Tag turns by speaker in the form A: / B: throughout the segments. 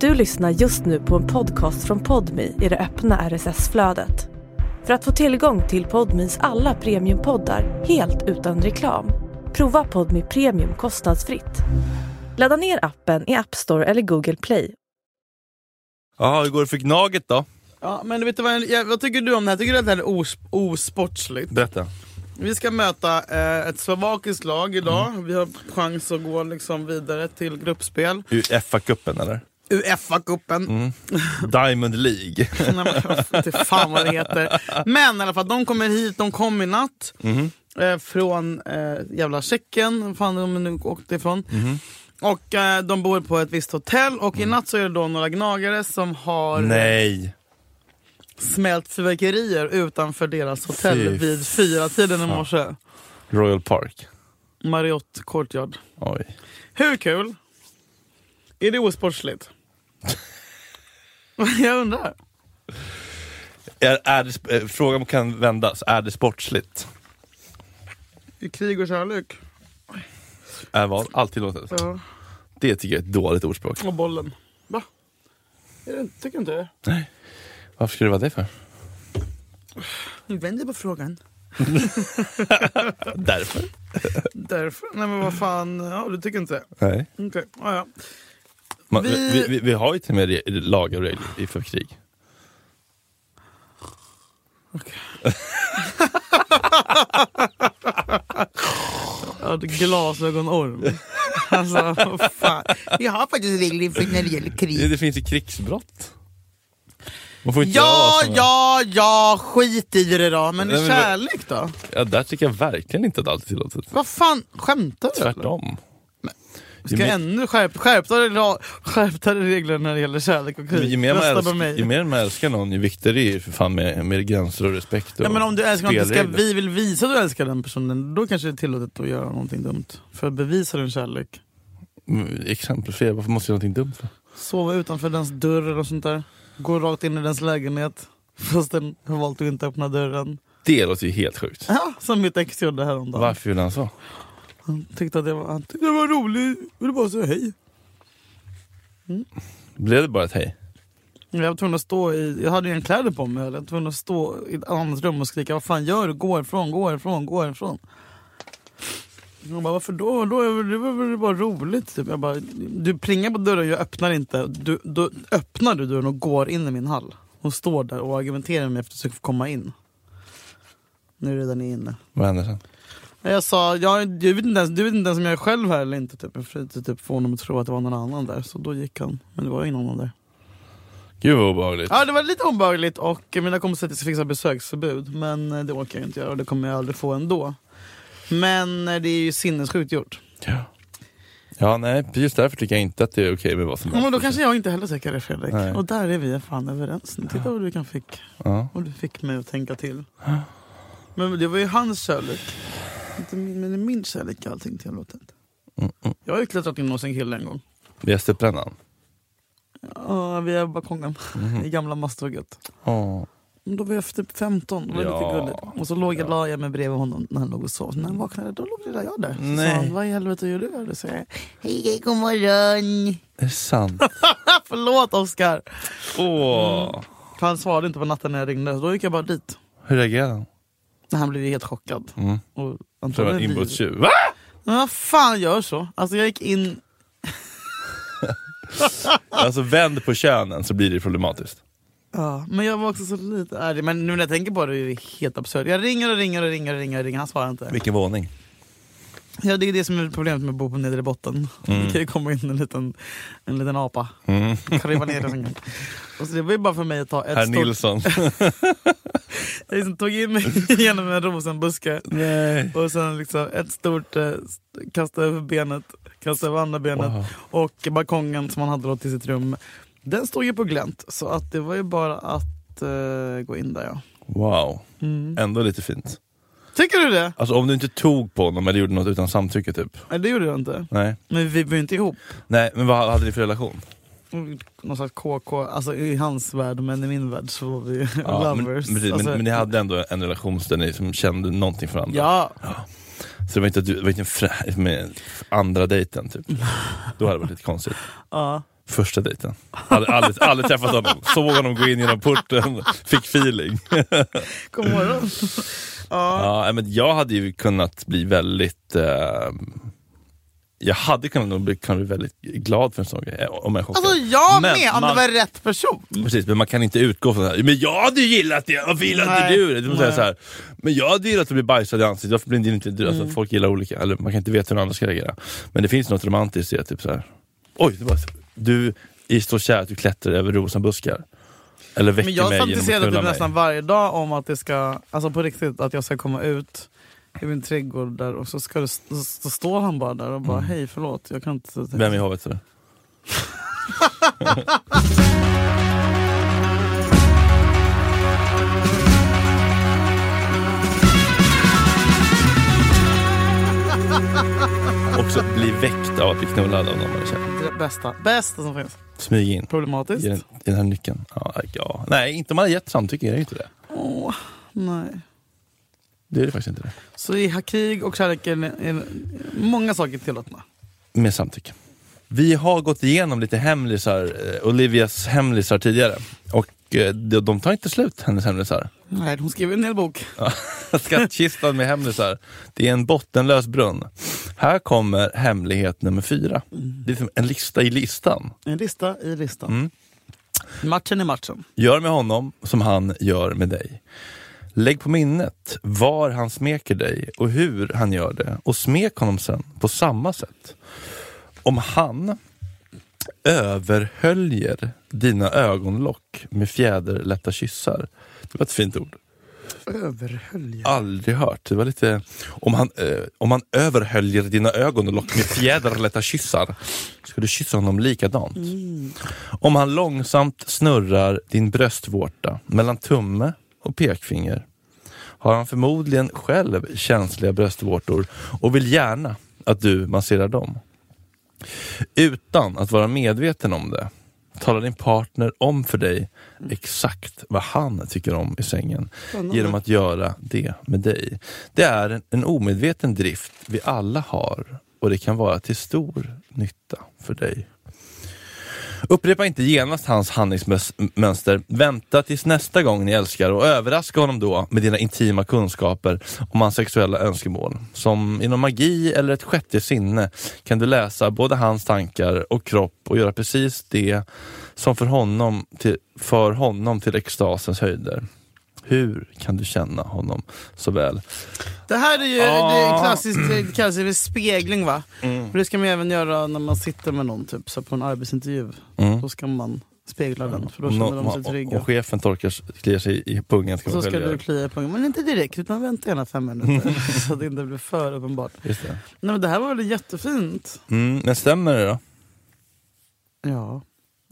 A: Du lyssnar just nu på en podcast från Podmi i det öppna RSS-flödet. För att få tillgång till Podmis alla premiumpoddar helt utan reklam, prova Podmi Premium kostnadsfritt. Ladda ner appen i App Store eller Google Play.
B: Jaha, hur går det för Gnaget då?
C: Ja, men vet du vad, jag, vad tycker du om det här? Tycker du att det här är os, osportsligt?
B: Berätta.
C: Vi ska möta eh, ett slovakiskt lag idag.
B: Mm.
C: Vi har chans att gå liksom vidare till gruppspel.
B: Uefa-cupen eller?
C: Uefa-cupen.
B: Mm. Diamond League.
C: Nej, men jag vet inte fan vad det heter. Men i alla fall, de kommer hit, de kom i natt.
B: Mhm.
C: Eh, från eh, jävla Tjeckien, vad fan de nu åkte ifrån.
B: Mm-hmm.
C: Och eh, de bor på ett visst hotell och i natt så är det då några gnagare som har
B: Mm.
C: eh,
B: Nej.
C: smält fyrverkerier utanför deras hotell
B: Fy
C: vid fyra tiden i morse.
B: Royal Park.
C: Marriott Courtyard.
B: Oj.
C: Hur kul? Är det osportsligt? jag undrar.
B: Är, är det, sp- eh, frågan kan vändas. Är det sportsligt?
C: I krig och kärlek.
B: Är vad? Alltid låtet.
C: Ja.
B: Det tycker jag är ett dåligt ordspråk.
C: Och bollen. Va? Är det, tycker inte det?
B: Nej. Varför skulle det vara det för?
C: Nu vänder på frågan.
B: Därför?
C: Därför? Nej men vad fan, ja, du tycker inte det?
B: Nej.
C: Okej, ja, ja.
B: Man,
C: Vi-
B: vi... Vi, vi, har ju till och med re- lagar och regler i- för krig.
C: ja du glasögonorm. alltså vad fan. Vi har faktiskt regler för när det gäller
B: Det,
C: krig.
B: det finns ju krigsbrott. Man får inte
C: Ja,
B: göra såna-
C: ja, ja, skit i det då. Men
B: Nej, men-
C: kärlek då?
B: ja! Där tycker jag verkligen inte att allt är tillåtet.
C: Vad fan, skämtar du? eller?
B: Tvärtom.
C: Ska
B: Ju mer-
C: ännu skärp, skärpta, regla- skärpta regler när det gäller kärlek och
B: Men
C: krig.
B: Ju mer, man
C: Rösta på
B: älskar,
C: mig.
B: ju mer man älskar någon, ju viktigare är det ju för fan med, med gränser och respekt. Och
C: ja, men om du älskar någon, ska
B: spelregler.
C: vi vill visa att du älskar den personen, då kanske det är tillåtet att göra någonting dumt. För att bevisa din kärlek.
B: Mm, Exemplifiera, varför måste jag göra någonting dumt för?
C: Sova utanför dens dörr eller sånt där. Gå rakt in i dens lägenhet. Fast den har valt att inte öppna dörren.
B: Det låter ju helt sjukt.
C: Ja, som mitt ex gjorde häromdagen.
B: Varför gjorde han så?
C: Han tyckte att det var, han tyckte det var roligt. Ville bara säga hej.
B: Blev det bara ett hej?
C: Jag var tvungen att stå i, jag hade ju en kläder på mig, jag var tvungen att stå i ett annat rum och skrika vad fan gör du? Gå ifrån, gå ifrån, gå ifrån. Hon bara varför då? då är det var väl bara roligt. Typ. Jag bara, du plingar på dörren, jag öppnar inte. Du, då öppnar du dörren och går in i min hall. Hon står där och argumenterar med mig efter att jag får komma in. Nu är redan ni inne.
B: Vad hände sen?
C: Jag sa, jag, du, vet inte ens, du vet inte ens om jag är själv här eller inte. Typ. Jag försökte typ, få honom att tro att det var någon annan där. Så då gick han, men det var ingen annan där.
B: Gud vad obehagligt.
C: Ja, det var lite obehagligt och mina kompisar att jag ska fixa besöksförbud. Men eh, det orkar jag inte göra och det kommer jag aldrig få ändå. Men eh, det är ju sinnessjukt gjort.
B: Ja. ja, nej, just därför tycker jag inte att det är okej med vad som
C: Ja, men då
B: helst.
C: kanske jag inte heller tycker det Fredrik.
B: Nej.
C: Och där är vi fan överens. nu. Titta vad du kan fick.
B: Ja.
C: Och du fick mig att tänka till. Men det var ju hans kärlek. Inte min, men det är min kärlek jag har allting tillåtet.
B: Mm, mm.
C: Jag har ju klättrat in hos en kille en gång.
B: Via stepprännan?
C: Ja, via balkongen i gamla masthugget.
B: Åh.
C: Men Då var jag typ 15, det var
B: Ja.
C: lite gulligt. Och så låg jag, la jag mig bredvid honom när han låg och sov. Så när han vaknade då låg det där jag där. Så
B: Nej.
C: sa han, vad i helvete gör du här? Då sa jag, hej hej god morgon.
B: Är det sant?
C: "Ah, Förlåt Oskar.
B: Åh.
C: För han svarade inte på natten när jag ringde. Så då gick jag bara dit.
B: Mm. Hur reagerade han?
C: Men Han blev ju helt chockad.
B: Mm.
C: Och
B: Tror jag var
C: antagligen
B: en
C: liv.
B: inbrottstjuv. Va?
C: Men vad fan gör så? Alltså jag gick in,
B: Alltså vänd på könen så blir det problematiskt.
C: ja, men jag var också så lite ärlig. Men nu när jag tänker på det är det helt absurt. Jag ringer och ringer och ringer och ringer, och ringer. han svarar inte.
B: Vilken våning?
C: Ja, det är det som är problemet med att bo på nedre botten. Det kan ju komma in en liten, en liten apa.
B: Mm.
C: Krypa ner i sängen. Och så det var ju bara för mig att ta ett
B: Herr
C: stort...
B: Nilsson.
C: Jag liksom tog in mig genom en rosenbuske.
B: nej.
C: Och sen liksom ett stort eh, st- kasta över benet, kasta över andra benet.
B: Wow.
C: Och balkongen som han hade då till sitt rum, den stod ju på glänt. Så att det var ju bara att eh, gå in där ja.
B: Wow,
C: Mm.
B: ändå lite fint.
C: Tycker du det?
B: Alltså om du inte tog på honom eller gjorde något utan samtycke typ.
C: Nej det gjorde jag inte.
B: Nej,
C: Men vi var ju inte ihop.
B: Nej men vad hade ni för relation?
C: någon slags KK, alltså i hans värld men i min värld så var vi
B: men,
C: lovers.
B: men,
C: alltså,
B: men, men ni hade ändå en relation där ni som kände någonting för varandra?
C: Ja,
B: Så det var inte, att du- det var inte en frä, med andra dejten typ? Då hade det varit lite konstigt.
C: ja.
B: Första dejten. Aldrig, aldrig, aldrig träffat honom. Såg honom gå in genom porten, fick feeling.
C: God morgon. ja.
B: Ja, nej, men jag hade ju kunnat bli väldigt... Eh, jag hade kunnat nog bli, kunnat bli väldigt glad för en sån grej. eh, Om jag är chockad.
C: Alltså jag
B: Men
C: med, om det
B: man-
C: var rätt person.
B: Precis, men man kan inte utgå från det här. Men jag hade ju gillat det, varför gillade inte
C: Nej.
B: du det? Du måste säga
C: Nej.
B: så här, men jag hade gillat att bli bajsad i ansiktet, varför blir inte du?
C: Mm.
B: Alltså, folk gillar olika, eller man kan inte veta hur andra ska reagera. Men det finns något romantiskt i att typ så här. oj, det var, du i står kär att du klättrar över rosenbuskar. Eller väcker
C: Men jag
B: mig genom att
C: fantiserar
B: knulla
C: typ
B: mig.
C: nästan varje dag om att det ska, alltså på riktigt, att jag ska komma ut i min trädgård där och så, ska det, så, så står han bara där och bara hej förlåt jag kan inte...
B: Mm. Vem i havet? sa du? Också bli väckt av att bli knullad av någon man känner.
C: Det bästa, bästa som finns.
B: Smyg in.
C: Problematiskt.
B: I den, i den här nyckeln. Ja, ja. Nej, inte om man har gett samtycke är det inte det.
C: Åh, nej.
B: Det är det faktiskt inte det.
C: Så i ha- krig och kärleken är, är många saker tillåtna.
B: Med samtycke. Vi har gått igenom lite hemlisar, eh, Olivias hemlisar tidigare. Och eh, de, de tar inte slut, hennes hemlisar.
C: Nej, hon skriver en hel bok.
B: Skattkistan med hemlisar. Det är en bottenlös brunn. Här kommer hemlighet nummer fyra. Det är som en lista i listan.
C: En lista i listan.
B: Mm.
C: Matchen är matchen.
B: Gör med honom som han gör med dig. Lägg på minnet var han smeker dig och hur han gör det och smek honom sen på samma sätt. Om han överhöljer dina ögonlock med fjäderlätta kyssar. Det var ett fint ord.
C: Överhölja.
B: aldrig hört. Det var lite... Om han, eh, om han överhöljer dina ögon och lock med fjäderlätta kyssar ska du kyssa honom likadant. Om han långsamt snurrar din bröstvårta mellan tumme och pekfinger har han förmodligen själv känsliga bröstvårtor och vill gärna att du masserar dem. Utan att vara medveten om det talar din partner om för dig exakt vad han tycker om i sängen genom att göra det med dig. Det är en- en omedveten drift vi alla har och det kan vara till stor nytta för dig. Upprepa inte genast hans handlingsmönster. Vänta tills nästa gång ni älskar och överraska honom då med dina intima kunskaper om hans sexuella önskemål. Som inom magi eller ett sjätte sinne kan du läsa både hans tankar och kropp och göra precis det som för honom till, för honom till extasens höjder. Hur kan du känna honom så väl?
C: Det här är ju
B: Ja.
C: det är klassiskt, det kallas ju för spegling va? Och det ska man ju även göra när man sitter med någon typ, så här på en arbetsintervju.
B: Mm.
C: Då ska man spegla den för då
B: Om
C: känner
B: nå-
C: de sig
B: om, om
C: trygga.
B: chefen torkar, kliar sig i pungen ska
C: Så
B: man
C: ska
B: själv
C: du
B: göra.
C: klia i pungen, men inte direkt utan vänta gärna fem minuter så att det inte blir för uppenbart.
B: Just det.
C: Nej men det här var väl jättefint?
B: Mm, men stämmer det då?
C: Ja.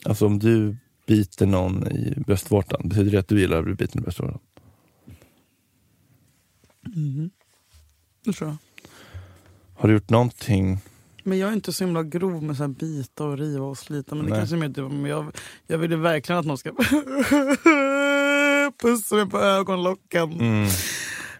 B: Alltså om du biter någon i bröstvårtan, betyder det att du gillar att bli biten i bröstvårtan?
C: Mhm. Det tror jag.
B: Har du gjort någonting?
C: Men jag är inte så himla grov med så här bita och riva och slita. Men det
B: Nej.
C: kanske är mer typ, men jag, jag ville verkligen att någon ska pussa mig på ögonlocken.
B: Mm.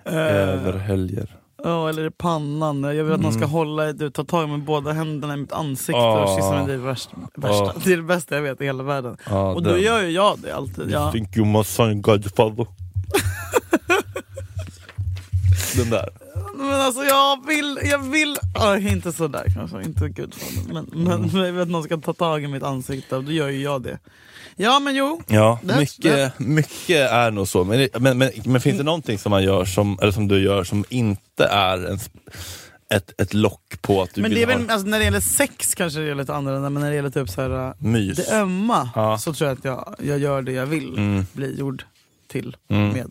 C: Eh,
B: Överhöljer.
C: Ja, eller i pannan. Jag vill att någon ska hålla i, du, ta tag med båda händerna i mitt ansikte
B: Mm. Ah.
C: och kyssa mig. Det är det värsta. värsta.
B: Ah.
C: Det är det bästa jag vet i hela världen.
B: Ja,
C: Och då
B: den.
C: gör ju jag det alltid.
B: You
C: Ja.
B: think you must sign Godfather. den där.
C: Men alltså jag vill, jag vill, Aj, inte sådär kanske, inte gud men, men,
B: Mm.
C: men jag vet att någon ska ta tag i mitt ansikte och då gör ju jag det. Ja men jo,
B: Ja,
C: That's-
B: mycket, mycket är nog så. Men, det- men, men, men
C: Mm.
B: finns det någonting som man gör som, eller som du gör som inte är en, ett, ett lock på att du
C: men
B: vill
C: det är
B: ha
C: väl, alltså, när det gäller sex kanske det är lite annorlunda men när det gäller typ så här, äh,
B: mys?
C: det ömma
B: Ja.
C: så tror jag att jag, jag gör det jag vill
B: Mm.
C: bli gjord till
B: Mm.
C: med.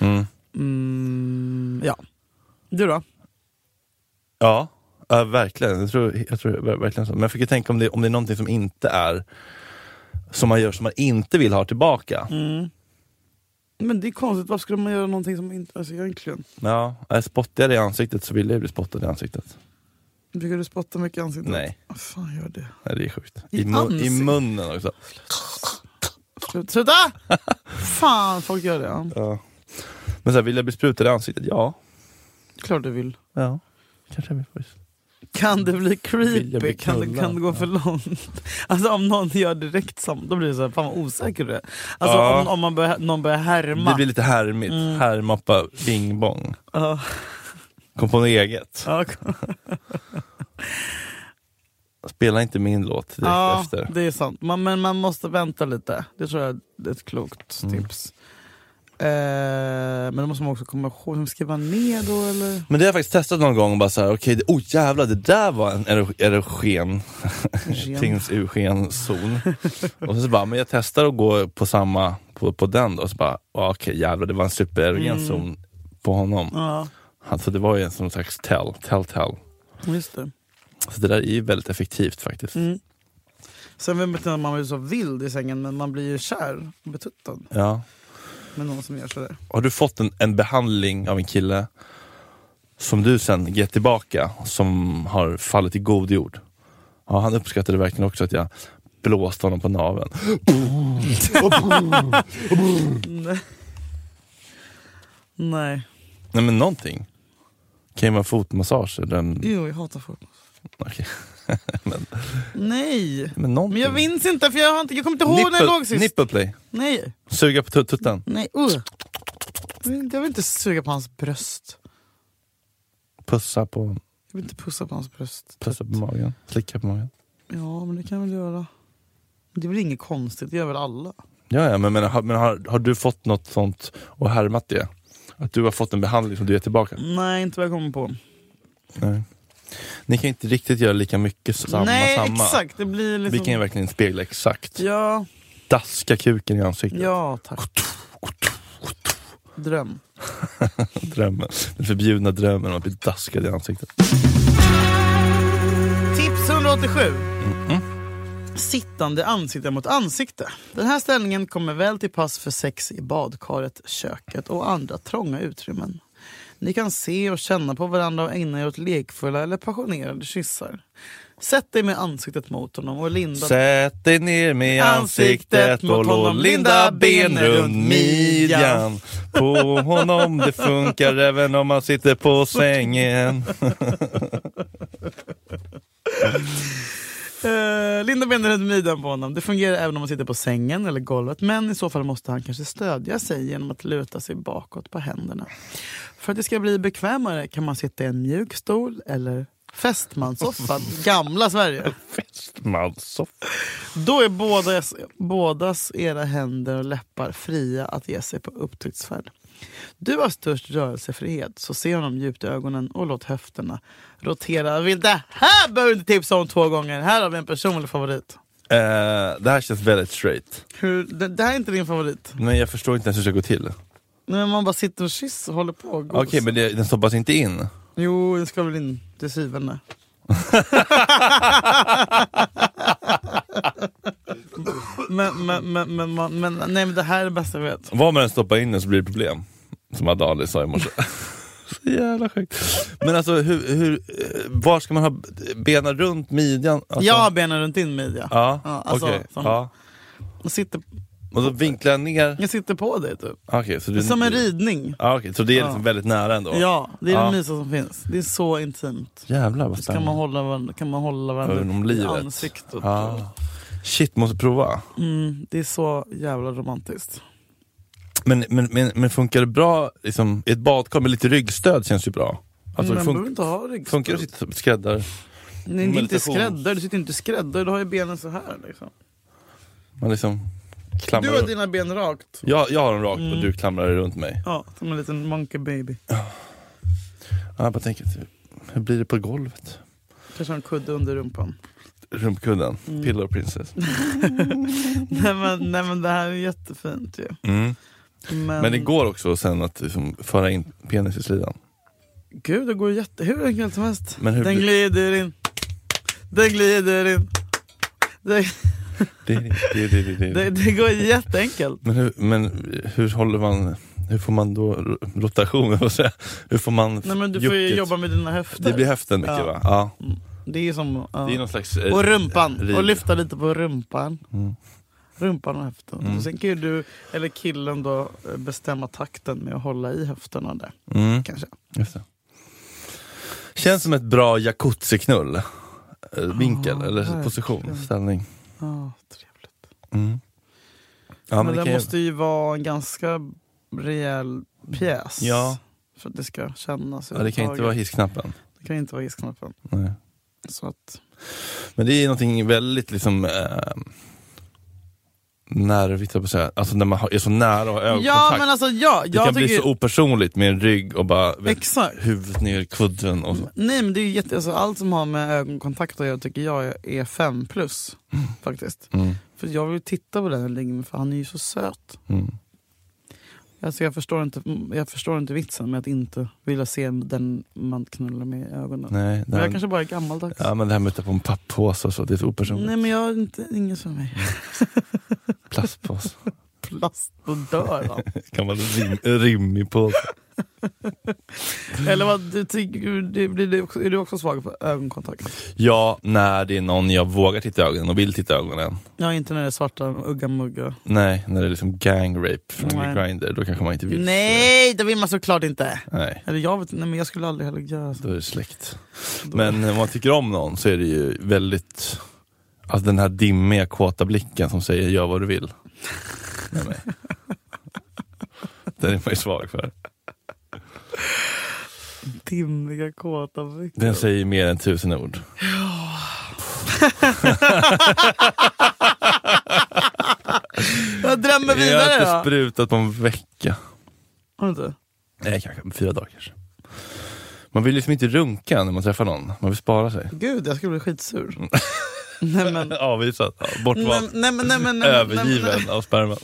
B: Mm.
C: Mm, ja. Du då?
B: Ja, Ja, verkligen. Jag tror, jag tror ver- verkligen så. Men jag fick ju tänka om det, om det är någonting som inte är som man gör som man inte vill ha tillbaka.
C: Mm. Men det är konstigt, varför skulle man göra någonting som inte... Alltså egentligen.
B: Ja, jag spottade i ansiktet så ville jag bli spottad i ansiktet.
C: Brukar du spotta mycket i ansiktet?
B: Nej.
C: Vad fan gör det?
B: Nej, det är sjukt.
C: I
B: I, mun, I
C: ansiktet?
B: munnen också.
C: Slut- Sluta! fan, folk gör det. Ja.
B: Ja. Men så här, vill jag bli sprutad i ansiktet? Ja.
C: Klart du vill.
B: ja. Kanske jag vill faktiskt.
C: Kan det bli
B: Vill jag bli
C: creepy? Kan det,
B: knullad?
C: kan det gå för långt? Alltså om någon gör direkt sam, då blir det så här, fan vad osäker du är. Alltså
B: Ja.
C: om, om man börjar, någon börjar härma.
B: Det blir lite härmigt.
C: Mm.
B: Härmappa bingbong.
C: Ja.
B: Kom på något eget.
C: Ja,
B: Spela inte min låt direkt
C: ja,
B: efter.
C: det är sant. Man, men man måste vänta lite. Det tror jag är ett klokt
B: Mm.
C: tips. Eh, men då måste man också komma ihåg, ska man skriva ner då eller?
B: Men det har jag faktiskt testat någon gång, bara såhär, okej, det- oh jävlar, det där var en ero- erogen,
C: Ren.
B: tinsugen zon. och så bara, men jag testar att gå på samma, på, på den då, och så bara, ah, okej jävlar, det var en supererogen zon på honom.
C: Mm. Ja,
B: Alltså det var ju en sån slags tell, tell, tell.
C: just det.
B: Så det där är ju väldigt effektivt faktiskt.
C: Mm. Sen vet man inte om man är så vild i sängen, men man blir ju kär och betuttad
B: Ja.
C: med någon som gör sådär.
B: Har du fått en, en behandling av en kille som du sen gett tillbaka, som har fallit i god jord? Ja, han uppskattade verkligen också att jag blåste honom på naveln.
C: Nej,
B: Nej men någonting. Kan ju vara fotmassage eller en...
C: jo jag hatar folk.
B: okej.
C: Nej!
B: Men någonting.
C: Men jag minns inte för jag, har inte, jag kommer inte ihåg när jag låg sist.
B: Nipple play.
C: Nej,
B: Suga på tut- tutten.
C: nej, uh. Jag vill inte suga på hans bröst.
B: Pussa på,
C: Jag vill inte pussa på hans bröst.
B: pussa på magen. Slicka på magen.
C: Ja, men det kan jag väl göra. Det är väl inget konstigt, det gör väl alla?
B: Ja, ja men, men, har, men har, har du fått något sånt och härmat det? Att du har fått en behandling som du ger tillbaka?
C: Nej, inte vad jag kommer på.
B: Nej. Ni kan inte riktigt göra lika mycket samma.
C: nej,
B: samma.
C: exakt. Det blir liksom...
B: Vi kan ju verkligen spegla exakt.
C: Ja,
B: Daska kuken i ansiktet.
C: ja tack. Dröm.
B: Drömmen. Den förbjudna drömmen om att bli daskad i ansiktet.
C: Tips 187.
B: Mm-hmm.
C: Sittande ansikte mot ansikte. Den här ställningen kommer väl till pass för sex i badkaret, köket och andra trånga utrymmen. Ni kan se och känna på varandra och ägna er åt lekfulla eller passionerade kyssar. Sätt dig med ansiktet mot honom och linda...
B: Sätt dig ner med ansiktet mot honom, linda ben runt midjan på honom. Det funkar även om man sitter på sängen.
C: Eh, linda benen runt midjan på honom. Det fungerar även om man sitter på sängen eller golvet. Men i så fall måste han kanske stödja sig genom att luta sig bakåt på händerna. För att det ska bli bekvämare kan man sitta i en mjuk stol eller fästmanssoffan. Gamla Sverige.
B: Festmanssoff.
C: Då är bådas, bådas era händer och läppar fria att ge sig på upptäcktsfärd. Du har störst rörelsefrihet, så se honom djupt i ögonen och låt höfterna rotera vilt. Det här behöver du inte tipsa om två gånger. Här har vi en personlig favorit.
B: Eh, det här känns väldigt straight.
C: Hur, det, det här är inte din favorit.
B: Men jag förstår inte ens hur det ska gå till.
C: Nej, men man bara sitter och kysser och håller på och
B: Okej,
C: gos.
B: men det, den stoppas inte in?
C: Jo, den ska väl in till syvende. men, men, men, men, men, men, nej, men det här är det bästa jag vet.
B: Vad man än stoppar in den så blir det problem. Som Adali sa i morse. så jävla sjukt. Men alltså, hur, hur, eh, var ska man ha benen runt midjan? Alltså,
C: Jag har benen runt din midja.
B: Ja,
C: Ja, alltså,
B: okej.
C: som-
B: Ja.
C: Jag, sitter,
B: Och så vinklar jag ner
C: jag sitter på dig typ.
B: Okej, så
C: Det
B: du,
C: är som en ridning.
B: Ja, okej, så det är liksom
C: Ja.
B: väldigt nära ändå?
C: Ja, det är
B: Ja.
C: det mysigaste som finns. Det är så intimt.
B: Jävlar vad
C: Så kan man
B: spännande.
C: hålla varandra, kan man hålla
B: Även om
C: varandra i
B: livet.
C: ansiktet.
B: Ja. Shit, måste prova.
C: Mm, det är så jävla romantiskt.
B: Men, men, men, men funkar det bra liksom, i ett badkar med lite ryggstöd känns ju bra. Alltså,
C: Mm, men man behöver
B: fun-
C: inte ha ryggstöd.
B: funkar det att sitta som ett skräddare?
C: Nej, det är inte
B: Meditation.
C: skräddare, du sitter inte skräddare, du har ju benen så här liksom.
B: Man liksom klamrar
C: Du har Mm.
B: runt.
C: dina ben rakt.
B: Jag, jag har dem rakt och du klamrar runt mig.
C: Ja, som en liten monkey baby.
B: Ja, Jag bara tänker, typ, hur blir det på golvet?
C: Kanske har en kudde under rumpan.
B: Rumpkudden,
C: Mm.
B: Pillow Princess.
C: nej, men, nej men det här är jättefint ju.
B: Mm.
C: Men,
B: Men det går också sen att liksom, föra in penis i slidan.
C: Gud, det går ju jätte, hur enkelt som helst.
B: Men hur
C: den
B: blir-
C: glider in, den glider in. Det,
B: Det, det, det, det,
C: det,
B: det.
C: det går jätteenkelt.
B: Men, hur, men hur håller man, hur får man då rotationen? och så här? Hur får man
C: Nej, men du får ju
B: jucket?
C: jobba med dina höfter.
B: Det blir höften mycket
C: Ja.
B: va? Ja.
C: Det är som... Ja.
B: Det är någon slags... eh,
C: Och rumpan,
B: rid.
C: och lyfta lite på rumpan.
B: Mm.
C: Rumpan och höften.
B: Mm.
C: Sen kan ju du, eller killen då, eh, bestämma takten med att hålla i höfterna där.
B: Mm.
C: Kanske.
B: Just det. Känns som ett bra jacuzzi-knull. Eh, Vinkel
C: Ja,
B: eller
C: verkligen.
B: position, ställning.
C: Ja, trevligt.
B: Mm. Ja, men
C: men,
B: det
C: det
B: kan
C: måste ju vara en ganska rejäl pjäs.
B: Ja.
C: För att det ska kännas.
B: ju, ja, det kan inte vara
C: överhuvudtaget.
B: hissknappen.
C: Det kan inte vara hissknappen.
B: Nej.
C: Så att,
B: Men det är någonting väldigt liksom eh, nervigt, höll jag på att säga. alltså när man har- är så nära och har ögonkontakt.
C: ja men alltså ja,
B: det kan
C: jag
B: bli
C: tycker...
B: så opersonligt med en rygg och bara vet,
C: Exakt.
B: huvudet ner i kudden. Och så.
C: Nej men det är ju jätte, alltså, allt som har med ögonkontakt att göra tycker jag är fem plus. Faktiskt.
B: Mm.
C: För jag vill ju titta på den här ligger med, för han är ju så söt.
B: Mm.
C: Alltså, jag, förstår inte, jag förstår inte vitsen med att inte vilja se den man knullar med i ögonen.
B: Nej, det
C: Men
B: här,
C: jag kanske bara är gammaldags.
B: ja, men det här med att ta på en papppåse och så, det är så opersonligt.
C: Nej men jag är inte, ingen för mig.
B: Plastpåse.
C: Plast, då dör han.
B: kan vara rim, rimmig påse.
C: Eller vad, du, tycker- det, blir du också, är du också svag för ögonkontakt?
B: Ja, när det är någon jag vågar titta i ögonen och vill titta i ögonen.
C: Ja inte när det är svarta ugga-mugga.
B: Nej, när det är liksom gang rape från
C: Nej.
B: Grindr, då kanske man inte vill.
C: Nej det vill man såklart inte!
B: Nej,
C: Eller jag vet nej men jag skulle aldrig heller göra så.
B: då är det släkt. Men eh, om man tycker om någon så är det ju väldigt, alltså den här dimmiga kåta blicken som säger gör vad du vill. Med mig. Den är man ju svag för.
C: Dimmiga kåta blickar.
B: Den säger mer än tusen ord.
C: Jag drömmer
B: Jag har
C: vidare
B: inte
C: då!
B: sprutat på en vecka.
C: Har du inte?
B: Nej, kanske fyra dagar kanske. Man vill liksom inte runka när man träffar någon, man vill spara sig.
C: Gud jag skulle bli skitsur. nej men...
B: Avvisad, ja, bortvald.
C: Nej, nej, men- nej, men- nej, nej,
B: övergiven av sperman.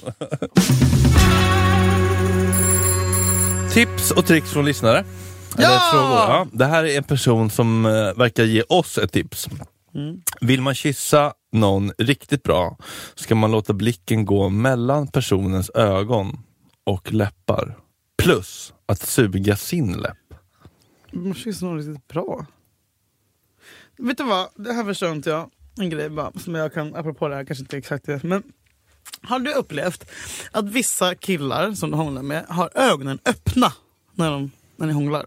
B: Tips och tricks från lyssnare. Eller
C: Ja!
B: frågor. Ja, det här är en person som eh, verkar ge oss ett tips.
C: Mm.
B: Vill man kyssa någon riktigt bra ska man låta blicken gå mellan personens ögon och läppar. Plus att suga sin läpp.
C: nej. Man kysser någon riktigt bra. Vet du vad? Det här förstår inte jag. En grej bara, som jag kan, apropå det här, kanske inte exakt det. Men har du upplevt att vissa killar som du hånglar med har ögonen öppna när, de, när ni hånglar?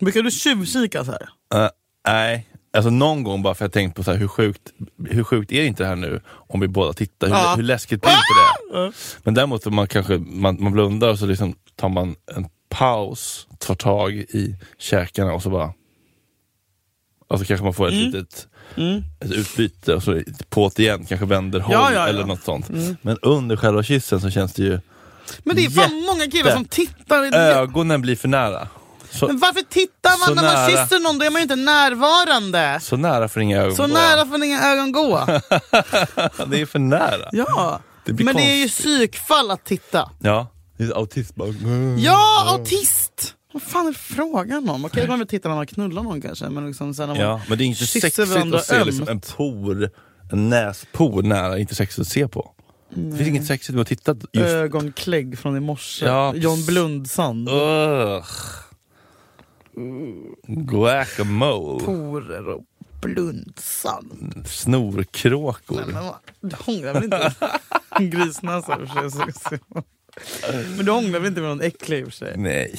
C: Brukar du tjuvkika så här?
B: Eh, nej, alltså någon gång bara för jag tänkt på så här, hur, sjukt, hur sjukt är inte det här nu om vi båda tittar? Hur,
C: Ja. Ah!
B: hur läskigt blir inte det? Men däremot om man kanske man, man blundar och så liksom tar man en paus, tar tag i käkarna och så bara... Alltså kanske man får
C: Mm.
B: ett litet ett utbyte och så på't igen, kanske vänder håll
C: Ja, ja, ja.
B: eller något sånt. Men under själva kyssen så känns det ju,
C: Men det är fan
B: Jätte-
C: många killar som tittar. i-
B: ögonen blir för nära.
C: Men
B: Så,
C: varför tittar man
B: Så
C: när man
B: nära.
C: kysser någon? Då är man ju inte närvarande.
B: så nära får inga ögon
C: Så
B: gå.
C: nära får inga ögon gå.
B: Det är för nära.
C: Ja.
B: Det blir
C: Men det är ju
B: konstigt. Mm.
C: psykfall att titta.
B: Ja, det är autism. bara, mm.
C: Ja, autist! Vad fan är frågan om? Okej, man vill titta när man knullar någon kanske, men liksom sen när man
B: Ja, men det är inte
C: kysser
B: sexigt
C: varandra
B: att se
C: ömt.
B: liksom en por, en näspor nära, inte sexigt att se på. Det finns inget sexigt med att titta just...
C: Ögonklägg från i morse.
B: Ja,
C: John
B: precis.
C: Blundsand.
B: Ugh. Guacamole.
C: Porer och Blundsand.
B: Mm. Snorkråkor.
C: Men vad- Du hånglar väl inte med grisnäsa i och för sig? så- så- Men du hånglar väl inte med någon äcklig i och för sig?
B: Nej.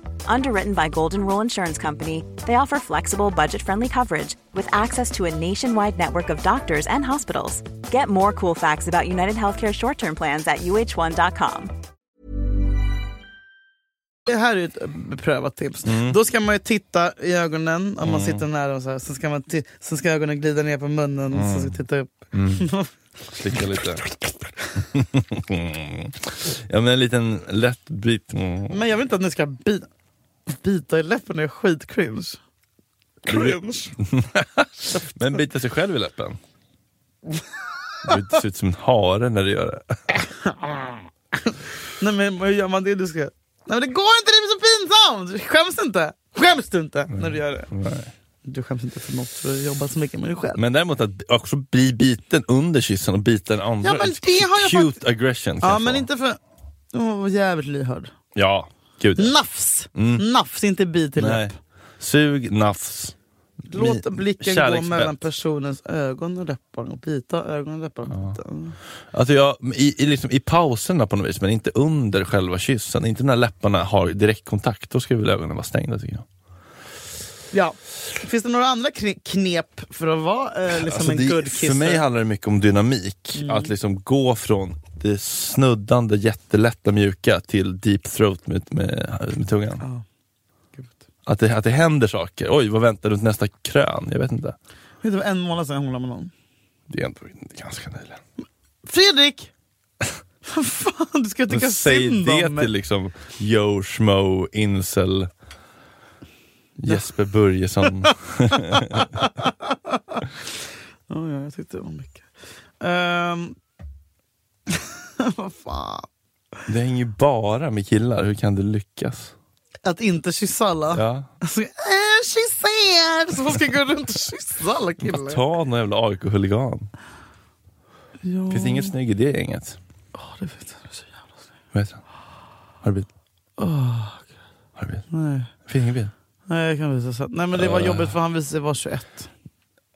D: Underwritten by Golden Rule Insurance Company, they offer flexible, budget friendly coverage with access to a nationwide network of doctors and hospitals. Get more cool facts about United Healthcare short term plans at uh1.com.
C: Det här är ju ett beprövat tips.
B: Mm.
C: Då ska man ju titta i ögonen om man sitter nära och så här. Sen ska, man ti- sen ska ögonen glida ner på munnen,
B: Mm.
C: sen ska man titta upp.
B: Slicka lite. ja, men en liten lätt bit. Mm.
C: Men jag vill inte att ni ska bi- bita i läppen, det är skitcringe. Cringe.
B: Men bita sig själv i läppen. Du ser ut som en hare när du gör det.
C: Nej men hur gör man det? Du ska... Nej men det går inte, det är så pinsamt! Skäms inte! Skäms du inte när du gör det?
B: Mm. Nej.
C: Du skäms inte för något för du har jobbat så mycket med dig själv.
B: Men däremot att också bli biten under kyssen och bita den andra.
C: Ja, men det har jag
B: Cute
C: faktiskt-
B: aggression. kan
C: ja
B: jag
C: men
B: få.
C: inte för... Åh, vad jävligt lyhörd.
B: Ja, gud.
C: Nafs! Nafs, inte bit i
B: Mm. Nej.
C: läpp.
B: Sug, nafs.
C: Låt
B: Mi-
C: blicken gå
B: kärleksbett.
C: mellan personens ögon och läpparna och bita ögon och läpparna.
B: Alltså jag, i, i, liksom, I pauserna på något vis, men inte under själva kyssen. Inte när läpparna har direktkontakt. Då ska väl ögonen vara stängda tycker jag.
C: Ja. Finns det några andra kne- knep för att vara eh, liksom
B: Alltså
C: en Mm.
B: det-
C: good
B: För mig
C: kisser?
B: handlar det mycket om dynamik. Att liksom gå från det snuddande, jättelätta, mjuka till deep throat med, med, med tungan.
C: Gud.
B: Att, det, att det händer saker. Oj, vad väntar du till nästa krön? Jag vet inte.
C: Vet du, Det var en månad sedan jag hånglade med någon.
B: Det är ändå ganska nyligen.
C: Fredrik! Vad fan, du ska tycka
B: Men säg
C: synd
B: det
C: om mig.
B: till liksom Joe Schmo, Incel, Jesper Börjesson.
C: Ja, ja, jag tyckte det var mycket. Ehm, vad fan.
B: det hänger ju bara med killar. Hur kan det lyckas?
C: Att inte kyssa alla.
B: Ja.
C: Alltså, äh, kyssa er! Så man ska gå runt och kyssa alla
B: Bara
C: killar.
B: ta någon jävla AIK-huligan.
C: Ja,
B: Finns det ingen snygg i det gänget?
C: Mm. det vet jag. Så jävla-
B: Vad heter han? Har du bild? Har du bild?
C: Nej.
B: Finns ingen bild?
C: Nej, jag kan visa sen. Nej, men det var
B: Eh.
C: jobbigt för han visade sig vara 21.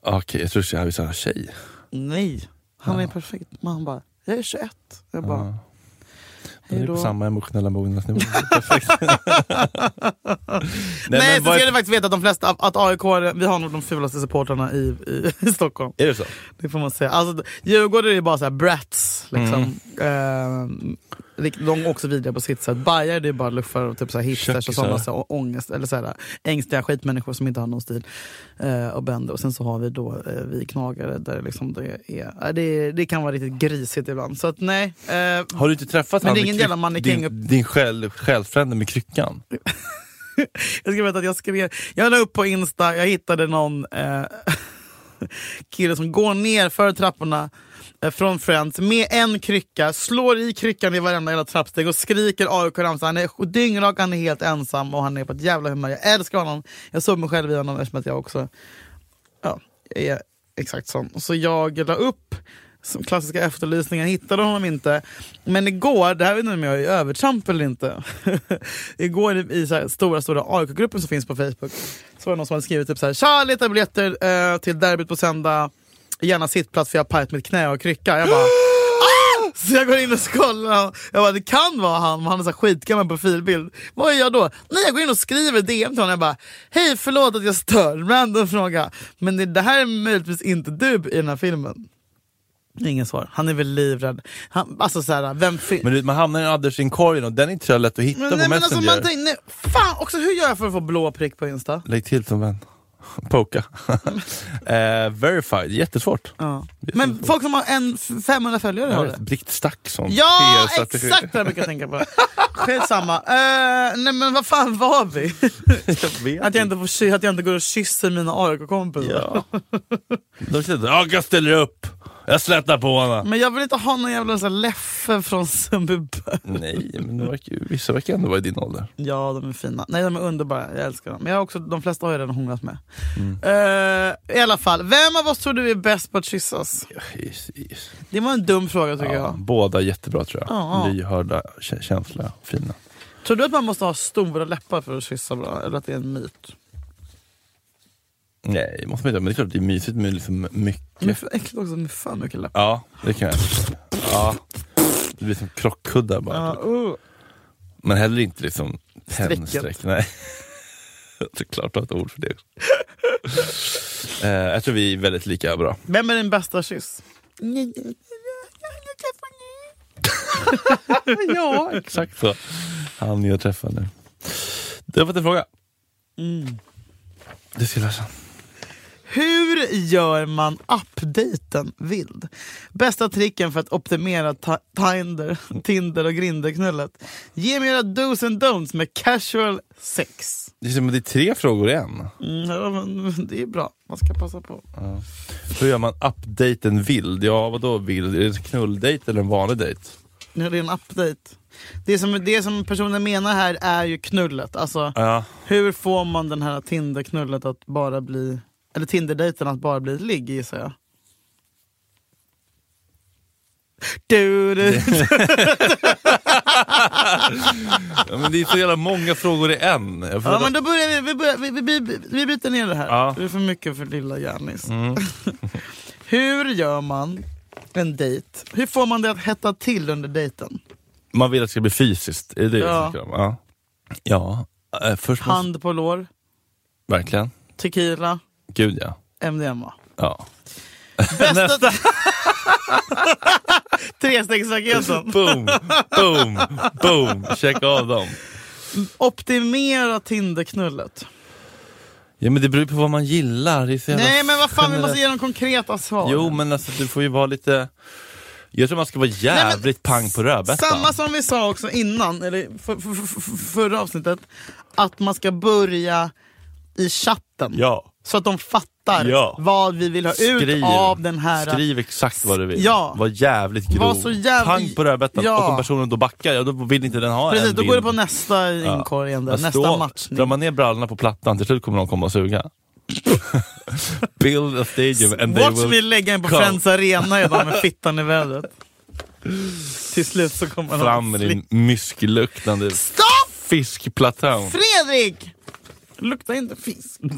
B: Okej, jag tror att jag visar en tjej.
C: Nej, han är perfekt. Men han bara, jag är 21. Jag bara,
B: Ja. De är
C: Hej
B: på
C: då.
B: samma emotionella mognadsnivå. Perfekt.
C: Nej,
B: men
C: så
B: vad-
C: ska du faktiskt veta att de flesta, att AIK, vi har nog de fulaste supportrarna i, i, i Stockholm.
B: Är det så?
C: Det får man säga. Alltså, Djurgården är ju bara så här brats. Liksom. Mm. de är också vidriga på sitt sätt. Bajare det är bara luffar och typ så här hipsters och
B: Tjockisar.
C: sådana så här, å- ångest, eller så här, ängstiga skitmänniskor som inte har någon stil. Eh, och bänder. Och sen så har vi då eh, vi knagare där liksom det, är, ja, det, det kan vara riktigt grisigt ibland. Så att nej. Eh,
B: Har du inte träffat
C: Men
B: han
C: det är
B: med
C: ingen
B: kryck-
C: jävla mannekäng
B: din,
C: upp-
B: din själ, själsfrände med kryckan?
C: Jag ska berätta att jag skrev, jag la upp på Insta, jag hittade någon eh, kille som går ner för trapporna eh, från Friends med en krycka, slår i kryckan i varenda jävla trappsteg och skriker AIK-ramsa. Han är dyngrak, han är helt ensam och han är på ett jävla humör. Jag älskar honom. Jag såg mig själv i honom eftersom att jag också ja, är exakt sån. Så jag la upp som klassiska efterlysningar, hittade honom inte. Men igår, det här vet inte om jag är övertramp eller inte. igår i- i så här stora, stora AIK-gruppen som finns på Facebook så var det någon som hade skrivit typ så här, Tja, letar biljetter eh, till derbyt på söndag. Gärna sittplats för jag har pajat mitt knä och krycka. Jag bara så jag går in och kollar. Jag bara, det kan vara han, men han är så här skitgammal profilbild. Vad gör jag då? Nej, jag går in och skriver DM till honom. Jag bara, hej förlåt att jag stör. Random fråga. Men det, det här är möjligtvis inte du i den här filmen. Ingen svar. Han är väl livrädd. Han, alltså så här, vem fin-
B: Men du, man hamnar i Andersson-korgen och den är inte så lätt att hitta
C: Men,
B: på
C: nej, men alltså,
B: Messenger.
C: man tänk, nej, Fan också, hur gör jag för att få blå prick på Insta?
B: Lägg till som vän. Poka. eh, verified, jättesvårt.
C: Ja. Men folk som har en f- 500 följare har det.
B: Britt Stackson,
C: Ja,
B: PR-strategi.
C: exakt det jag brukar tänka på. Skitsamma. Uh, nej men vad fan var vi?
B: vet
C: Att jag inte, får, ky- att jag inte går och kysser mina AIK-kompisar.
B: Ja. De känner, ja, jag ställer upp. Jag slätar på honom.
C: Men jag vill inte ha någon jävla så här Leffe från Sundbyberg.
B: Nej, men de verkar, ju- vissa verkar ändå vara i din ålder.
C: Ja, de är fina. Nej, de är underbara. Jag älskar dem. Men jag har också, de flesta har jag redan hånglat med. Eh, I alla fall, vem av oss tror du är bäst på att kyssas?
B: Precis.
C: Det var en dum fråga tycker
B: Ja,
C: jag.
B: båda jättebra tror jag.
C: Ja, ja.
B: Lyhörda, kä- känsliga, fina.
C: Tror du att man måste ha stora läppar för att kyssa bra? Eller att det är en myt?
B: Nej, det måste man inte. Men det är klart det är mysigt med liksom mycket.
C: Men för äckligt också med för mycket läppar.
B: Ja, det kan jag förstå. Ja. Det blir som krockkuddar bara.
C: Ja, uh.
B: Men heller inte liksom
C: Strecket.
B: pennstreck. Nej. Såklart du har ett ord för det. också. eh, jag tror vi är väldigt lika bra.
C: Vem är din bästa kyss?
B: ja, exakt så. Han jag träffar nu. Du har fått en fråga.
C: Mm.
B: Du ska läsa.
C: Hur gör man appdejten vild? Bästa tricken för att optimera ta- Tinder, Tinder och Grinderknullet. Ge mig era dos and don'ts med casual sex.
B: Det är som att det är tre frågor i en.
C: Mm, ja, men det är bra, man ska passa på.
B: Hur gör man updaten vild? Ja, vadå vild? Är det en knulldejt eller en vanlig dejt?
C: Nu är det en appdejt. Det som, det som personen menar här är ju knullet. Alltså,
B: Ja.
C: hur får man den här Tinder-knullet att bara bli... Eller Tinder-dejten att bara bli ett ligg gissar jag. Du, du.
B: ja men det är så jävla många frågor i en. Jag får
C: Ja, men då börjar vi, vi, börjar, vi, vi, vi, vi bryter ner det här.
B: Ja. Mm.
C: Det är för mycket för lilla Janis. Hur gör man en dejt? Hur får man det att hetta till under dejten?
B: Man vill att det ska bli fysiskt, är det det
C: Ja.
B: ja. du snackar om? Ja. ja. eh, Först måste...
C: Hand på lår,
B: Verkligen.
C: tequila,
B: Gud ja.
C: MDMA.
B: ja.
C: Bästa... Trestegsraketen.
B: Boom, boom, boom. Checka av dem.
C: Optimera Tinderknullet.
B: Ja men det beror ju på vad man gillar. Det är så jävla
C: Nej men vad fan, vi
B: generellt.
C: måste ge dem konkreta svar.
B: Jo men alltså du får ju vara lite... Jag tror man ska vara jävligt pang på rödbetan.
C: Samma som vi sa också innan, eller för, för, för, för- förra avsnittet, att man ska börja i chatten.
B: Ja.
C: Så att de fattar
B: Ja.
C: vad vi vill ha ut
B: Skriv.
C: av den här...
B: Skriv exakt vad du vill.
C: Ja.
B: Var jävligt grov.
C: Var så jävla-
B: Pang på rödbetan.
C: Ja.
B: Och om personen då backar, ja, då vill inte den ha
C: Precis,
B: en
C: då går det
B: bild.
C: på nästa inkorg igen, där,
B: Fast
C: nästa
B: då
C: matchning.
B: Drar man ner brallorna på plattan, till slut kommer de komma och suga. Build a stadium and they
C: Watch me
B: will
C: lägga in på
B: come.
C: Friends Arena idag med fittan i vädret. Till slut så kommer
B: fram
C: de
B: med din myskluktande
C: Stopp!
B: fiskplatån.
C: Fredrik! Lukta inte fisk.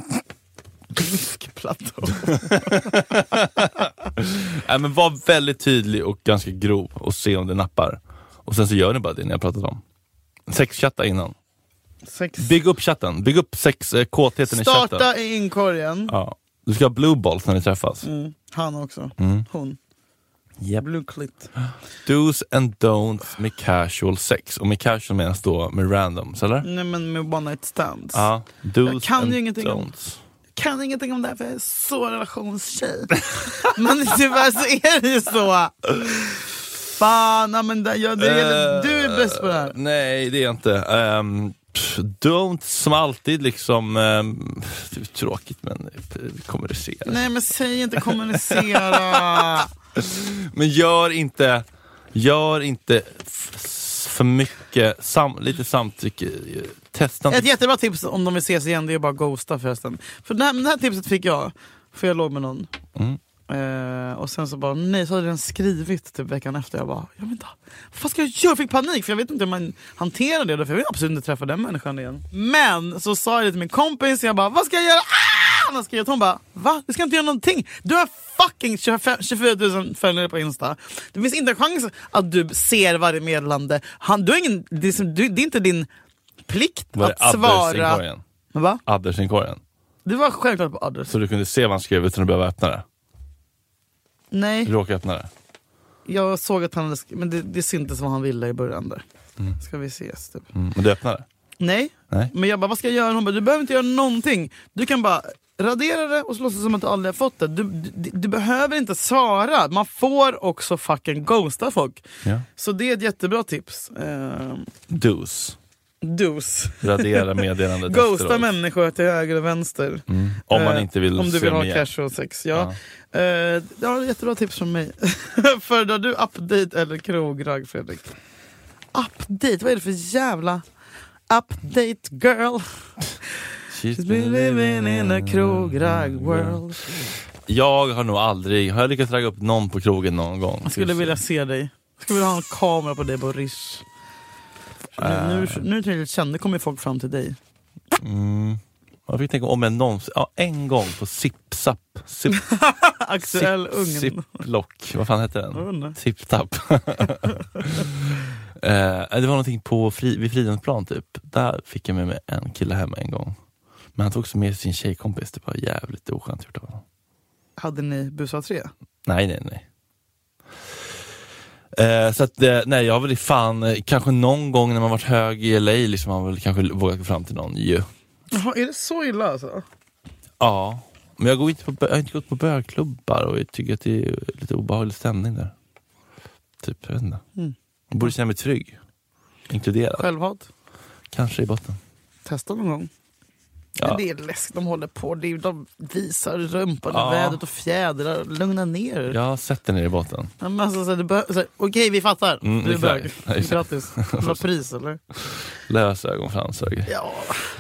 C: Fiskplatå.
B: Nej, men var väldigt tydlig och ganska grov och se om det nappar. Och sen så gör ni bara det ni har pratat om. Sexchatta innan.
C: Sex.
B: Bygg upp chatten, bygg upp sex, eh, kåtheten i chatten.
C: Starta i inkorgen.
B: Ja. Du ska ha blue balls när ni träffas.
C: Mm, han också. Hon.
B: Mm. Japp.
C: Blue clit.
B: Do's and don'ts med casual sex. Och med casual menas då med randoms, eller?
C: Nej men med one night stands.
B: Ja, do's
C: Mm. Jag kan
B: and
C: ju ingenting om-
B: don'ts.
C: Kan ingenting om det här för jag är så relationstjej. men tyvärr så är det ju så. Fan, nej, men det, ja, det, är-
B: Eh,
C: du är bäst på det här.
B: Nej, det är jag inte. Ehm, pff, don't som alltid liksom, ehm, det är tråkigt men eh, kommunicera.
C: Nej men säg inte kommunicera.
B: Men gör inte, gör inte f- för mycket, sam, lite samtycke. eh, Testa
C: Ett
B: inte.
C: jättebra tips om de vill ses igen det är bara att ghosta förresten. För det här, det här tipset fick jag, för jag låg med någon. Eh, och sen så bara, nej så hade den skrivit typ veckan efter. Jag bara, jag vet inte, vad fan ska jag göra? Jag fick panik för jag vet inte hur man hanterar det. För jag vill absolut inte träffa den människan igen. Men så sa jag det till min kompis, jag bara, vad ska jag göra? Ah! Hon, skrev, hon bara, va? Du ska inte göra någonting. Du har fucking 25, 24 000 följare på Insta. Det finns inte en chans att du ser varje meddelande. Han, du har ingen, det, är, liksom- du- det är inte din plikt
B: Var det
C: att svara.
B: Addersinkorgen?
C: Men va?
B: Addersinkorgen?
C: Det var självklart på others.
B: Så du kunde se vad han skrev utan att behöva öppna det?
C: Nej,
B: Råka öppna det?
C: jag såg att han hade sk- men det, det syntes vad han ville i början där. Ska vi ses typ.
B: Mm. Men du öppnade det?
C: Nej.
B: Nej.
C: men jag bara vad ska jag göra? Hon bara du behöver inte göra någonting. Du kan bara radera det och så låtsas som att du aldrig har fått det. Du, du, du behöver inte svara. Man får också fucking ghosta folk.
B: Ja.
C: Så det är ett jättebra tips. Uh,
B: Do's.
C: dos.
B: Radera meddelandet
C: Ghosta
B: efteråt. Mm.
C: människor till höger och vänster.
B: Om man
C: Eh,
B: inte vill
C: Om du
B: se
C: vill ha
B: mer.
C: casual sex. Ja. Ja. Eh, ja, jättebra tips från mig. Föredrar du update eller krograg Fredrik? Update, vad är det för jävla update girl?
B: She's
C: She's been living in a krograg world.
B: Jag har nog aldrig, har jag lyckats ragga upp någon på krogen någon gång?
C: Jag skulle vilja se dig. Jag skulle vilja ha en kamera på dig på Rish. Nu, nu, nu är det tydligt känd, nu kommer folk fram till dig.
B: Mm. Jag fick tänka om jag någonsin, ja en gång på Zipzap, Zip,
C: Alltså, Axel Ungern.
B: Ziplock, vad fan hette
C: Jag vet
B: den?
C: inte.
B: Ziptap. eh, det var någonting på fri, vid Fridhemsplan typ, där fick jag med mig en kille hem en gång. Men han tog också med sin tjejkompis, det var jävligt oskönt gjort av honom.
C: Hade ni busat tre?
B: Nej, nej, nej. Eh, så att, eh, nej, jag har väl i fan, eh, kanske någon gång när man varit hög i LA, liksom, har man väl kanske vågat gå fram till någon ju.
C: Jaha, är det så illa alltså?
B: Ja. Men jag, går inte på, bö- jag har inte gått på bögklubbar och jag tycker att det är lite obehaglig stämning där. Typ, jag vet inte. Jag borde känna mig trygg. Inkluderad.
C: Självhat?
B: Kanske i botten.
C: Testa någon gång.
B: Ja.
C: Men det är läskigt, de håller på. Det är, de visar rumpan
B: Ja.
C: i vädret och fjädrar. Lugna ner er.
B: Jag har sett den nere i botten.
C: Ja, men alltså, så här, det bör- så här, Okej, vi fattar.
B: Mm,
C: du är
B: exakt.
C: bög.
B: Ja, exakt.
C: Grattis. Vill du ha pris eller?
B: Lösögon, fransögon.
C: Ja.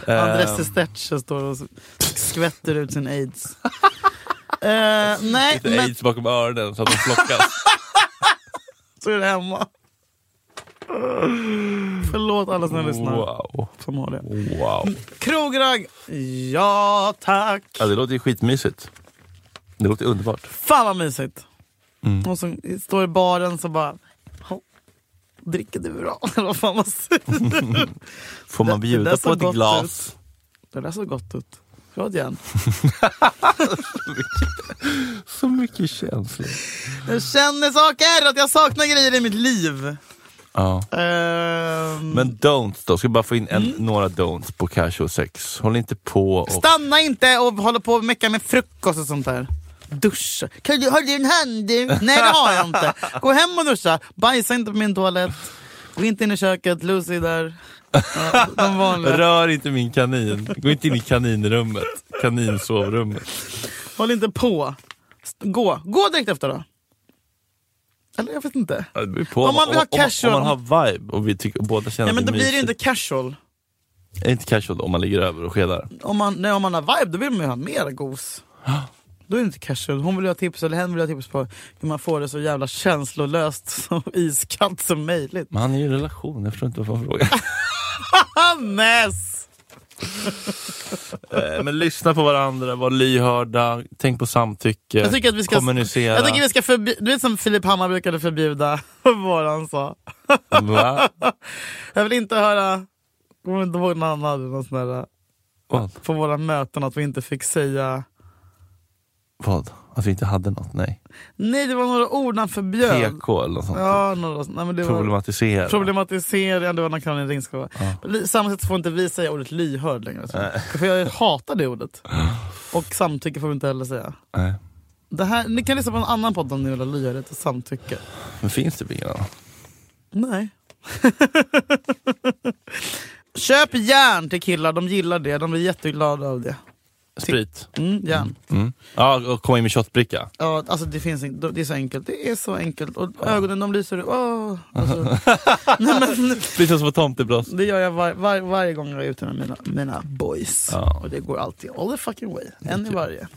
B: Ehm.
C: Andres Sesterce står och skvätter ut sin aids. Eh, nej,
B: Lite
C: men
B: aids bakom öronen så att de flockas.
C: så är det hemma. Förlåt alla som lyssnar
B: wow.
C: som har det.
B: Wow.
C: Krograg! Ja, tack!
B: Ja, det låter ju skitmysigt. Det låter underbart.
C: Fan vad mysigt!
B: Mm.
C: Hon som står i baren så bara... "Ja, Dricker du bra? Eller vad fan vad säger du?
B: Får man
C: Det- det där
B: bjuda på
C: såg
B: ett
C: gott
B: glas?
C: Det där såg gott ut. Ska du ha ett järn?
B: Så mycket känslor.
C: Jag känner saker, att jag saknar grejer i mitt liv.
B: Ja.
C: Ehm,
B: Men don'ts då? Ska bara få in en,
C: Mm.
B: några don'ts på casual sex. Håll inte på och...
C: Stanna inte och hålla på och mecka med frukost och sånt där. Duscha. Kan du, har du en handduk? Nej det har jag inte. Gå hem och duscha. Bajsa inte på min toalett. Gå inte in i köket. Lucy är där. Ja, de vanliga.
B: Rör inte min kanin. Gå inte in i kaninrummet. Kaninsovrummet.
C: Håll inte på. St- Gå. Gå direkt efter då. Eller jag vet inte.
B: Ja, Det beror på.
C: Om man vill ha
B: om,
C: casual-
B: Om, man har vibe och vi tycker, båda känner
C: Ja, men
B: att
C: då
B: är
C: blir det ju inte
B: mysigt.
C: casual.
B: Är det inte casual då, om man ligger över och skedar?
C: Om man, nej, om man har vibe då vill man ju ha mer gos. Då är det inte casual. Hon vill ju ha tips, eller hen vill ha tips på hur man får det så jävla känslolöst och iskallt som möjligt.
B: Men han är ju i en relation, jag förstår inte varför han frågar.
C: Hannes!
B: Eh, men lyssna på varandra, var lyhörda, tänk på samtycke,
C: Jag tycker att vi ska,
B: kommunicera.
C: Jag tycker vi ska förbi, du vet som Filip Hammar brukade förbjuda, vad han sa.
B: Va?
C: Jag vill inte höra, kommer inte ihåg när han hade någon sån där,
B: Vad?
C: på våra möten att vi inte fick säga
B: Vad? Att vi inte hade något? Nej.
C: Nej det var några ord han förbjöd.
B: PK eller något sånt?
C: Ja, några, nej, men det var
B: Problematisera.
C: problematisering, det var någon kran i en ringskåva. På samma sätt får inte vi säga ordet lyhörd längre. tror jag. För jag hatar det ordet. Och samtycke får vi inte heller säga.
B: Nej.
C: Det här, ni kan lyssna på en annan podd om ni vill ha lyhördhet och samtycke.
B: Men finns det väl ingen annan?
C: Nej. Köp järn till killar, de gillar det. De blir jätteglada av det.
B: Sprit?
C: Mm, järn.
B: Mm. Ja, och komma in med shotbricka.
C: Ja, alltså det, finns, inte- det är så enkelt. Det är så enkelt. Och ögonen de lyser. Åh, alltså. Nej, men,
B: Precis som på tomtebloss.
C: det gör jag var, var, varje gång jag är ute med mina, mina boys.
B: Ja.
C: Och det går alltid all the fucking way. En i varje.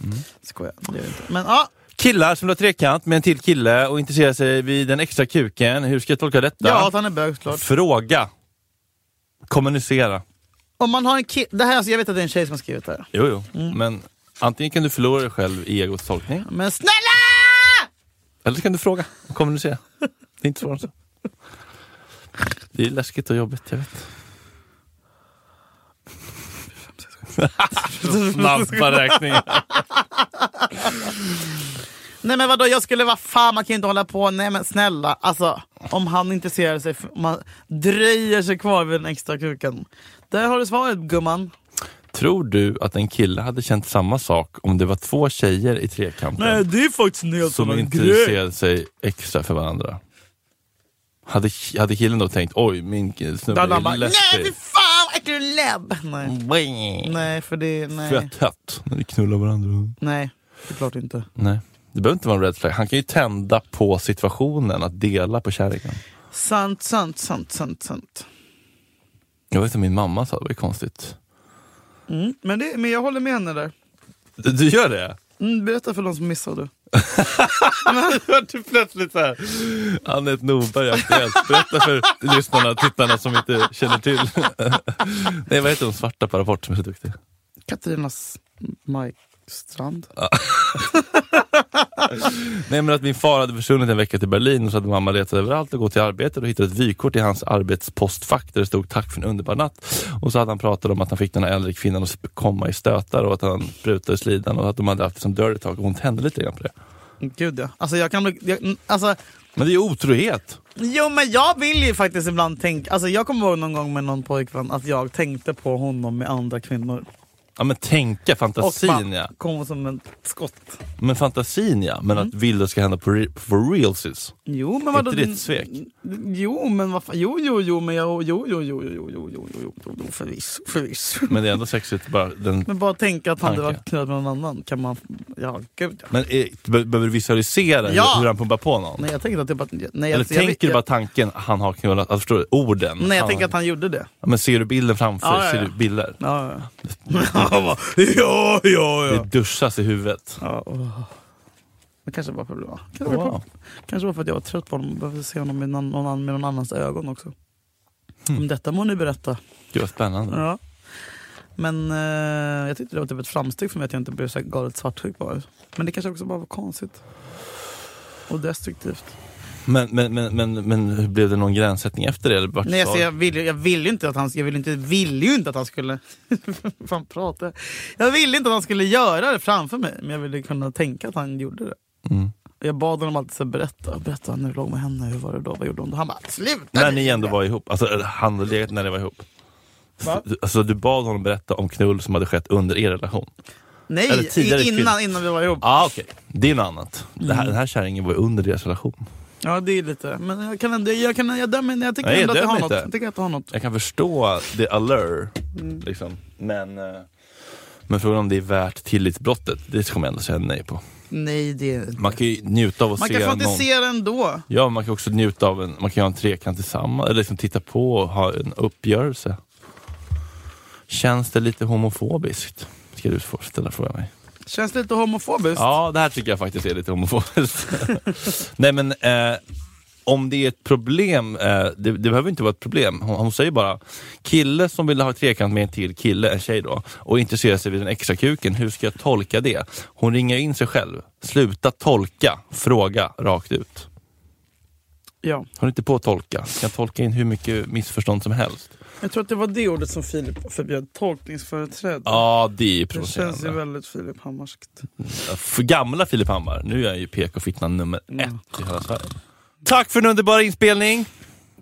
C: Skojar, det gör jag inte. Men ja,
B: Killar som vill ha trekant med en till kille och intresserar sig vid den extra kuken. Hur ska jag tolka detta?
C: ja, att han är bög såklart.
B: Fråga. Kommunicera.
C: Om man har en ki- det här, alltså, jag vet att det är en tjej som har skrivit det här.
B: Jo, jo.
C: Mm.
B: Men antingen kan du förlora dig själv i egots tolkning,
C: Men snälla!
B: eller så kan du fråga och kommunicera. Det är inte svårare än så. Det är läskigt och jobbigt, jag vet. Snabba räkningar.
C: Nej men vadå, jag skulle vara fan man kan inte hålla på. Nej men snälla, alltså om han intresserar sig, för- om han dröjer sig kvar vid den extra kuken. Där har du svaret gumman.
B: Tror du att en kille hade känt samma sak om det var två tjejer i trekampen
C: det är faktiskt en helt
B: som intresserade sig extra för varandra? Hade, hade killen då tänkt, oj min k- snubbe
C: Där han bara,
B: är
C: nej fy
B: lesbisk.
C: fan vad äcklig du läbb. Nej.
B: Nej,
C: nej, för det, nej.
B: Fett hett när ni knullar varandra.
C: Nej, det är klart inte.
B: Nej. Det behöver inte vara en red flag. Han kan ju tända på situationen, att dela på kärleken.
C: Sant, sant, sant, sant, sant.
B: Jag vet att min mamma sa, det var ju konstigt.
C: Men, det, men jag håller med henne där.
B: Du, du gör det?
C: Mm, berätta för de som missade.
B: du plötsligt såhär, Anette Norberg aktuellt. Berätta för lyssnarna, tittarna som inte känner till. Nej, vad heter hon svarta på Rapport som är så duktig?
C: Katrinas Majstrand.
B: Nej, men att min far hade försvunnit en vecka till Berlin och så hade mamma letat överallt och gått till arbetet och hittat ett vykort i hans arbetspostfack där det stod tack för en underbar natt. Och så hade han pratat om att han fick den här äldre kvinnan att sp- komma i stötar och att han sprutade i slidan och att de hade haft det som dirty talk och hon tände lite grann på det.
C: Gud ja. Alltså jag kan... Jag, alltså,
B: Men det är ju otrohet.
C: Jo men jag vill ju faktiskt ibland tänka, alltså jag kommer ihåg någon gång med någon pojkvän att jag tänkte på honom med andra kvinnor.
B: Ja men tänka
C: Och
B: fantasin
C: man
B: ja.
C: kom som en skott.
B: Men fantasin ja. Men
C: Mm.
B: att vill det ska hända på, re- på realsis.
C: Jo men
B: Inte
C: vadå?
B: det ett svek?
C: Jo men vad fan, jo jo jo men jag, jo jo jo jo jo jo jo jo jo jo förvisso, förvisso.
B: Men det är ändå sexigt bara den...
C: Men bara tänka att han hade
B: Tanke.
C: varit knullat med någon annan, kan man, ja gud ja.
B: Men eh, be- behöver du visualisera hur-
C: Ja!
B: hur han pumpar på någon?
C: Nej jag tänker att typ att, nej,
B: Eller
C: alltså, jag,
B: tänker du
C: jag,
B: bara tanken han har knullat, alltså, förstår du? Orden.
C: Nej jag tänker att han gjorde det.
B: Ja, Men ser du bilden framför
C: Ja,
B: dig?
C: ja,
B: Ser
C: ja.
B: du bilder?
C: Ja, ja. Han bara, ja, ja,
B: Det
C: ja.
B: duschas i huvudet.
C: ja åh. Det kanske bara för att det var. Kanske, bara,
B: Wow.
C: kanske bara för att jag var trött på honom och behövde se honom med någon, någon, annan- med någon annans ögon också. Om detta må ni berätta.
B: Gud vad spännande.
C: Ja. Men eh, jag tyckte det var typ ett framsteg för mig att jag inte blev så här galet svartsjuk på det. Men det kanske också bara var konstigt. Och destruktivt.
B: Men, men, men, men, men hur blev det någon gränssättning efter det? Eller vart
C: Nej,
B: sa-
C: alltså, jag ville ju jag vill ju inte att han, jag ville inte, vill ju inte att han skulle... fan pratar jag? Jag ville inte att han skulle göra det framför mig, men jag ville kunna tänka att han gjorde det.
B: Mm.
C: Jag bad honom alltid så här, berätta, berätta när du låg med henne, hur var det då, vad gjorde hon då? Han bara sluta!
B: När ni ändå var ihop, alltså eller han hade legat när ni var ihop.
C: Va?
B: Du- Alltså du bad honom berätta om knull som hade skett under er relation. eller
C: Nej,
B: tidigare
C: i- innan,
B: kvill-
C: innan vi var ihop.
B: Ah, okej. Det är något annat. Det
C: Mm.
B: här, den här kärringen var ju under deras relation.
C: Ja det är lite, men jag kan ändå, jag, kan, jag dömer, jag tycker
B: Nej,
C: ändå att det
B: döm
C: har
B: inte.
C: något. Jag tycker att det har något.
B: Jag kan förstå the allure, liksom. men, eh, men frågan om det är värt tillitsbrottet, det kommer jag ändå säga nej på.
C: Nej det är
B: Man kan ju njuta av att
C: Man
B: se
C: kan
B: någon.
C: fantisera ändå.
B: Ja, man kan också njuta av en, man kan ju ha en trekant tillsammans, eller liksom titta på och ha en uppgörelse. Känns det lite homofobiskt? Ska du få ställa frågan mig?
C: Känns lite homofobiskt.
B: Ja, det här tycker jag faktiskt är lite homofobiskt. Nej men, eh, om det är ett problem, eh, det, det behöver inte vara ett problem. Hon, hon säger bara, kille som vill ha trekant med en till kille, en tjej då, och intresserar sig vid den extra kuken, hur ska jag tolka det? Hon ringer in sig själv. Sluta tolka, fråga rakt ut.
C: Ja.
B: Hör inte på att tolka. Kan tolka in hur mycket missförstånd som helst.
C: Jag tror att det var det ordet som Filip förbjöd, tolkningsföreträde.
B: Ja, det är
C: Det känns ju
B: provocerande.
C: väldigt Filip Hammarskt.
B: För gamla Filip Hammar, nu är jag ju PK-fittan nummer
C: Mm.
B: ett i hela Sverige. Tack för en underbar inspelning!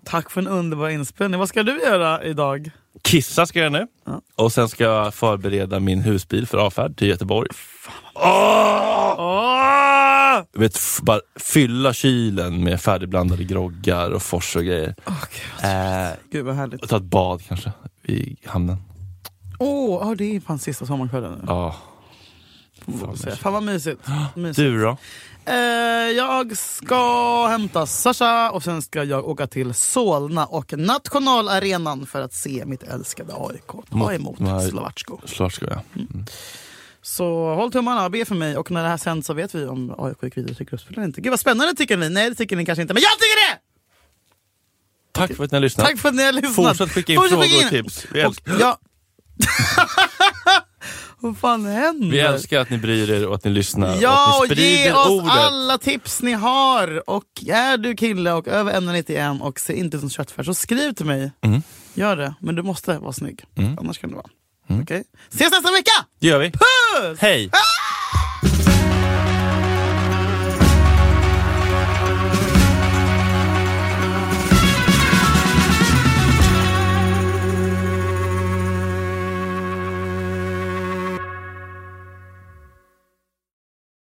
C: Tack för en underbar inspelning. Vad ska du göra idag?
B: Kissa ska jag nu. Och sen ska jag förbereda min husbil för avfärd till Göteborg. Ah!
C: Åh!
B: Du Vet, f- bara fylla kylen med färdigblandade groggar och fors och grejer.
C: Åh, gud.
B: Eh,
C: gud vad härligt.
B: och ta ett bad kanske i hamnen.
C: Åh, ja, det är fan sista sommarkvällen nu.
B: Ja.
C: får man säga. fan vad mysigt. mysigt.
B: Du då?
C: Eh, jag ska hämta Sasha och sen ska jag åka till Solna och nationalarenan för att se mitt älskade AIK ta emot
B: nej.
C: Slovacko.
B: Såklart ska jag.
C: Mm. Så håll tummarna, be för mig. Och när det här sänds så vet vi om AIK gick vidare till gruppspel eller inte. Gud vad spännande tycker ni. Nej det tycker ni kanske inte, men jag tycker det!
B: Tack för att ni har lyssnat.
C: Tack för att ni har lyssnat.
B: Fortsätt skicka in
C: Fortsätt
B: frågor
C: skicka
B: och
C: in.
B: tips. Vi,
C: Och,
B: älskar,
C: ja. Vad fan händer?
B: vi älskar att ni bryr er och att ni lyssnar
C: Ja,
B: och
C: och
B: att ni sprider
C: ge oss
B: ordet.
C: alla tips ni har! Och är du kille och över 1,91 och ser inte ut som köttfärs så skriv till mig.
B: Mm.
C: Gör det, men
B: Mm.
C: du måste vara snygg. Annars kan du vara. Okej? Ses nästa vecka!
B: Det gör vi.
C: Puss!
B: Hej!
C: Ah!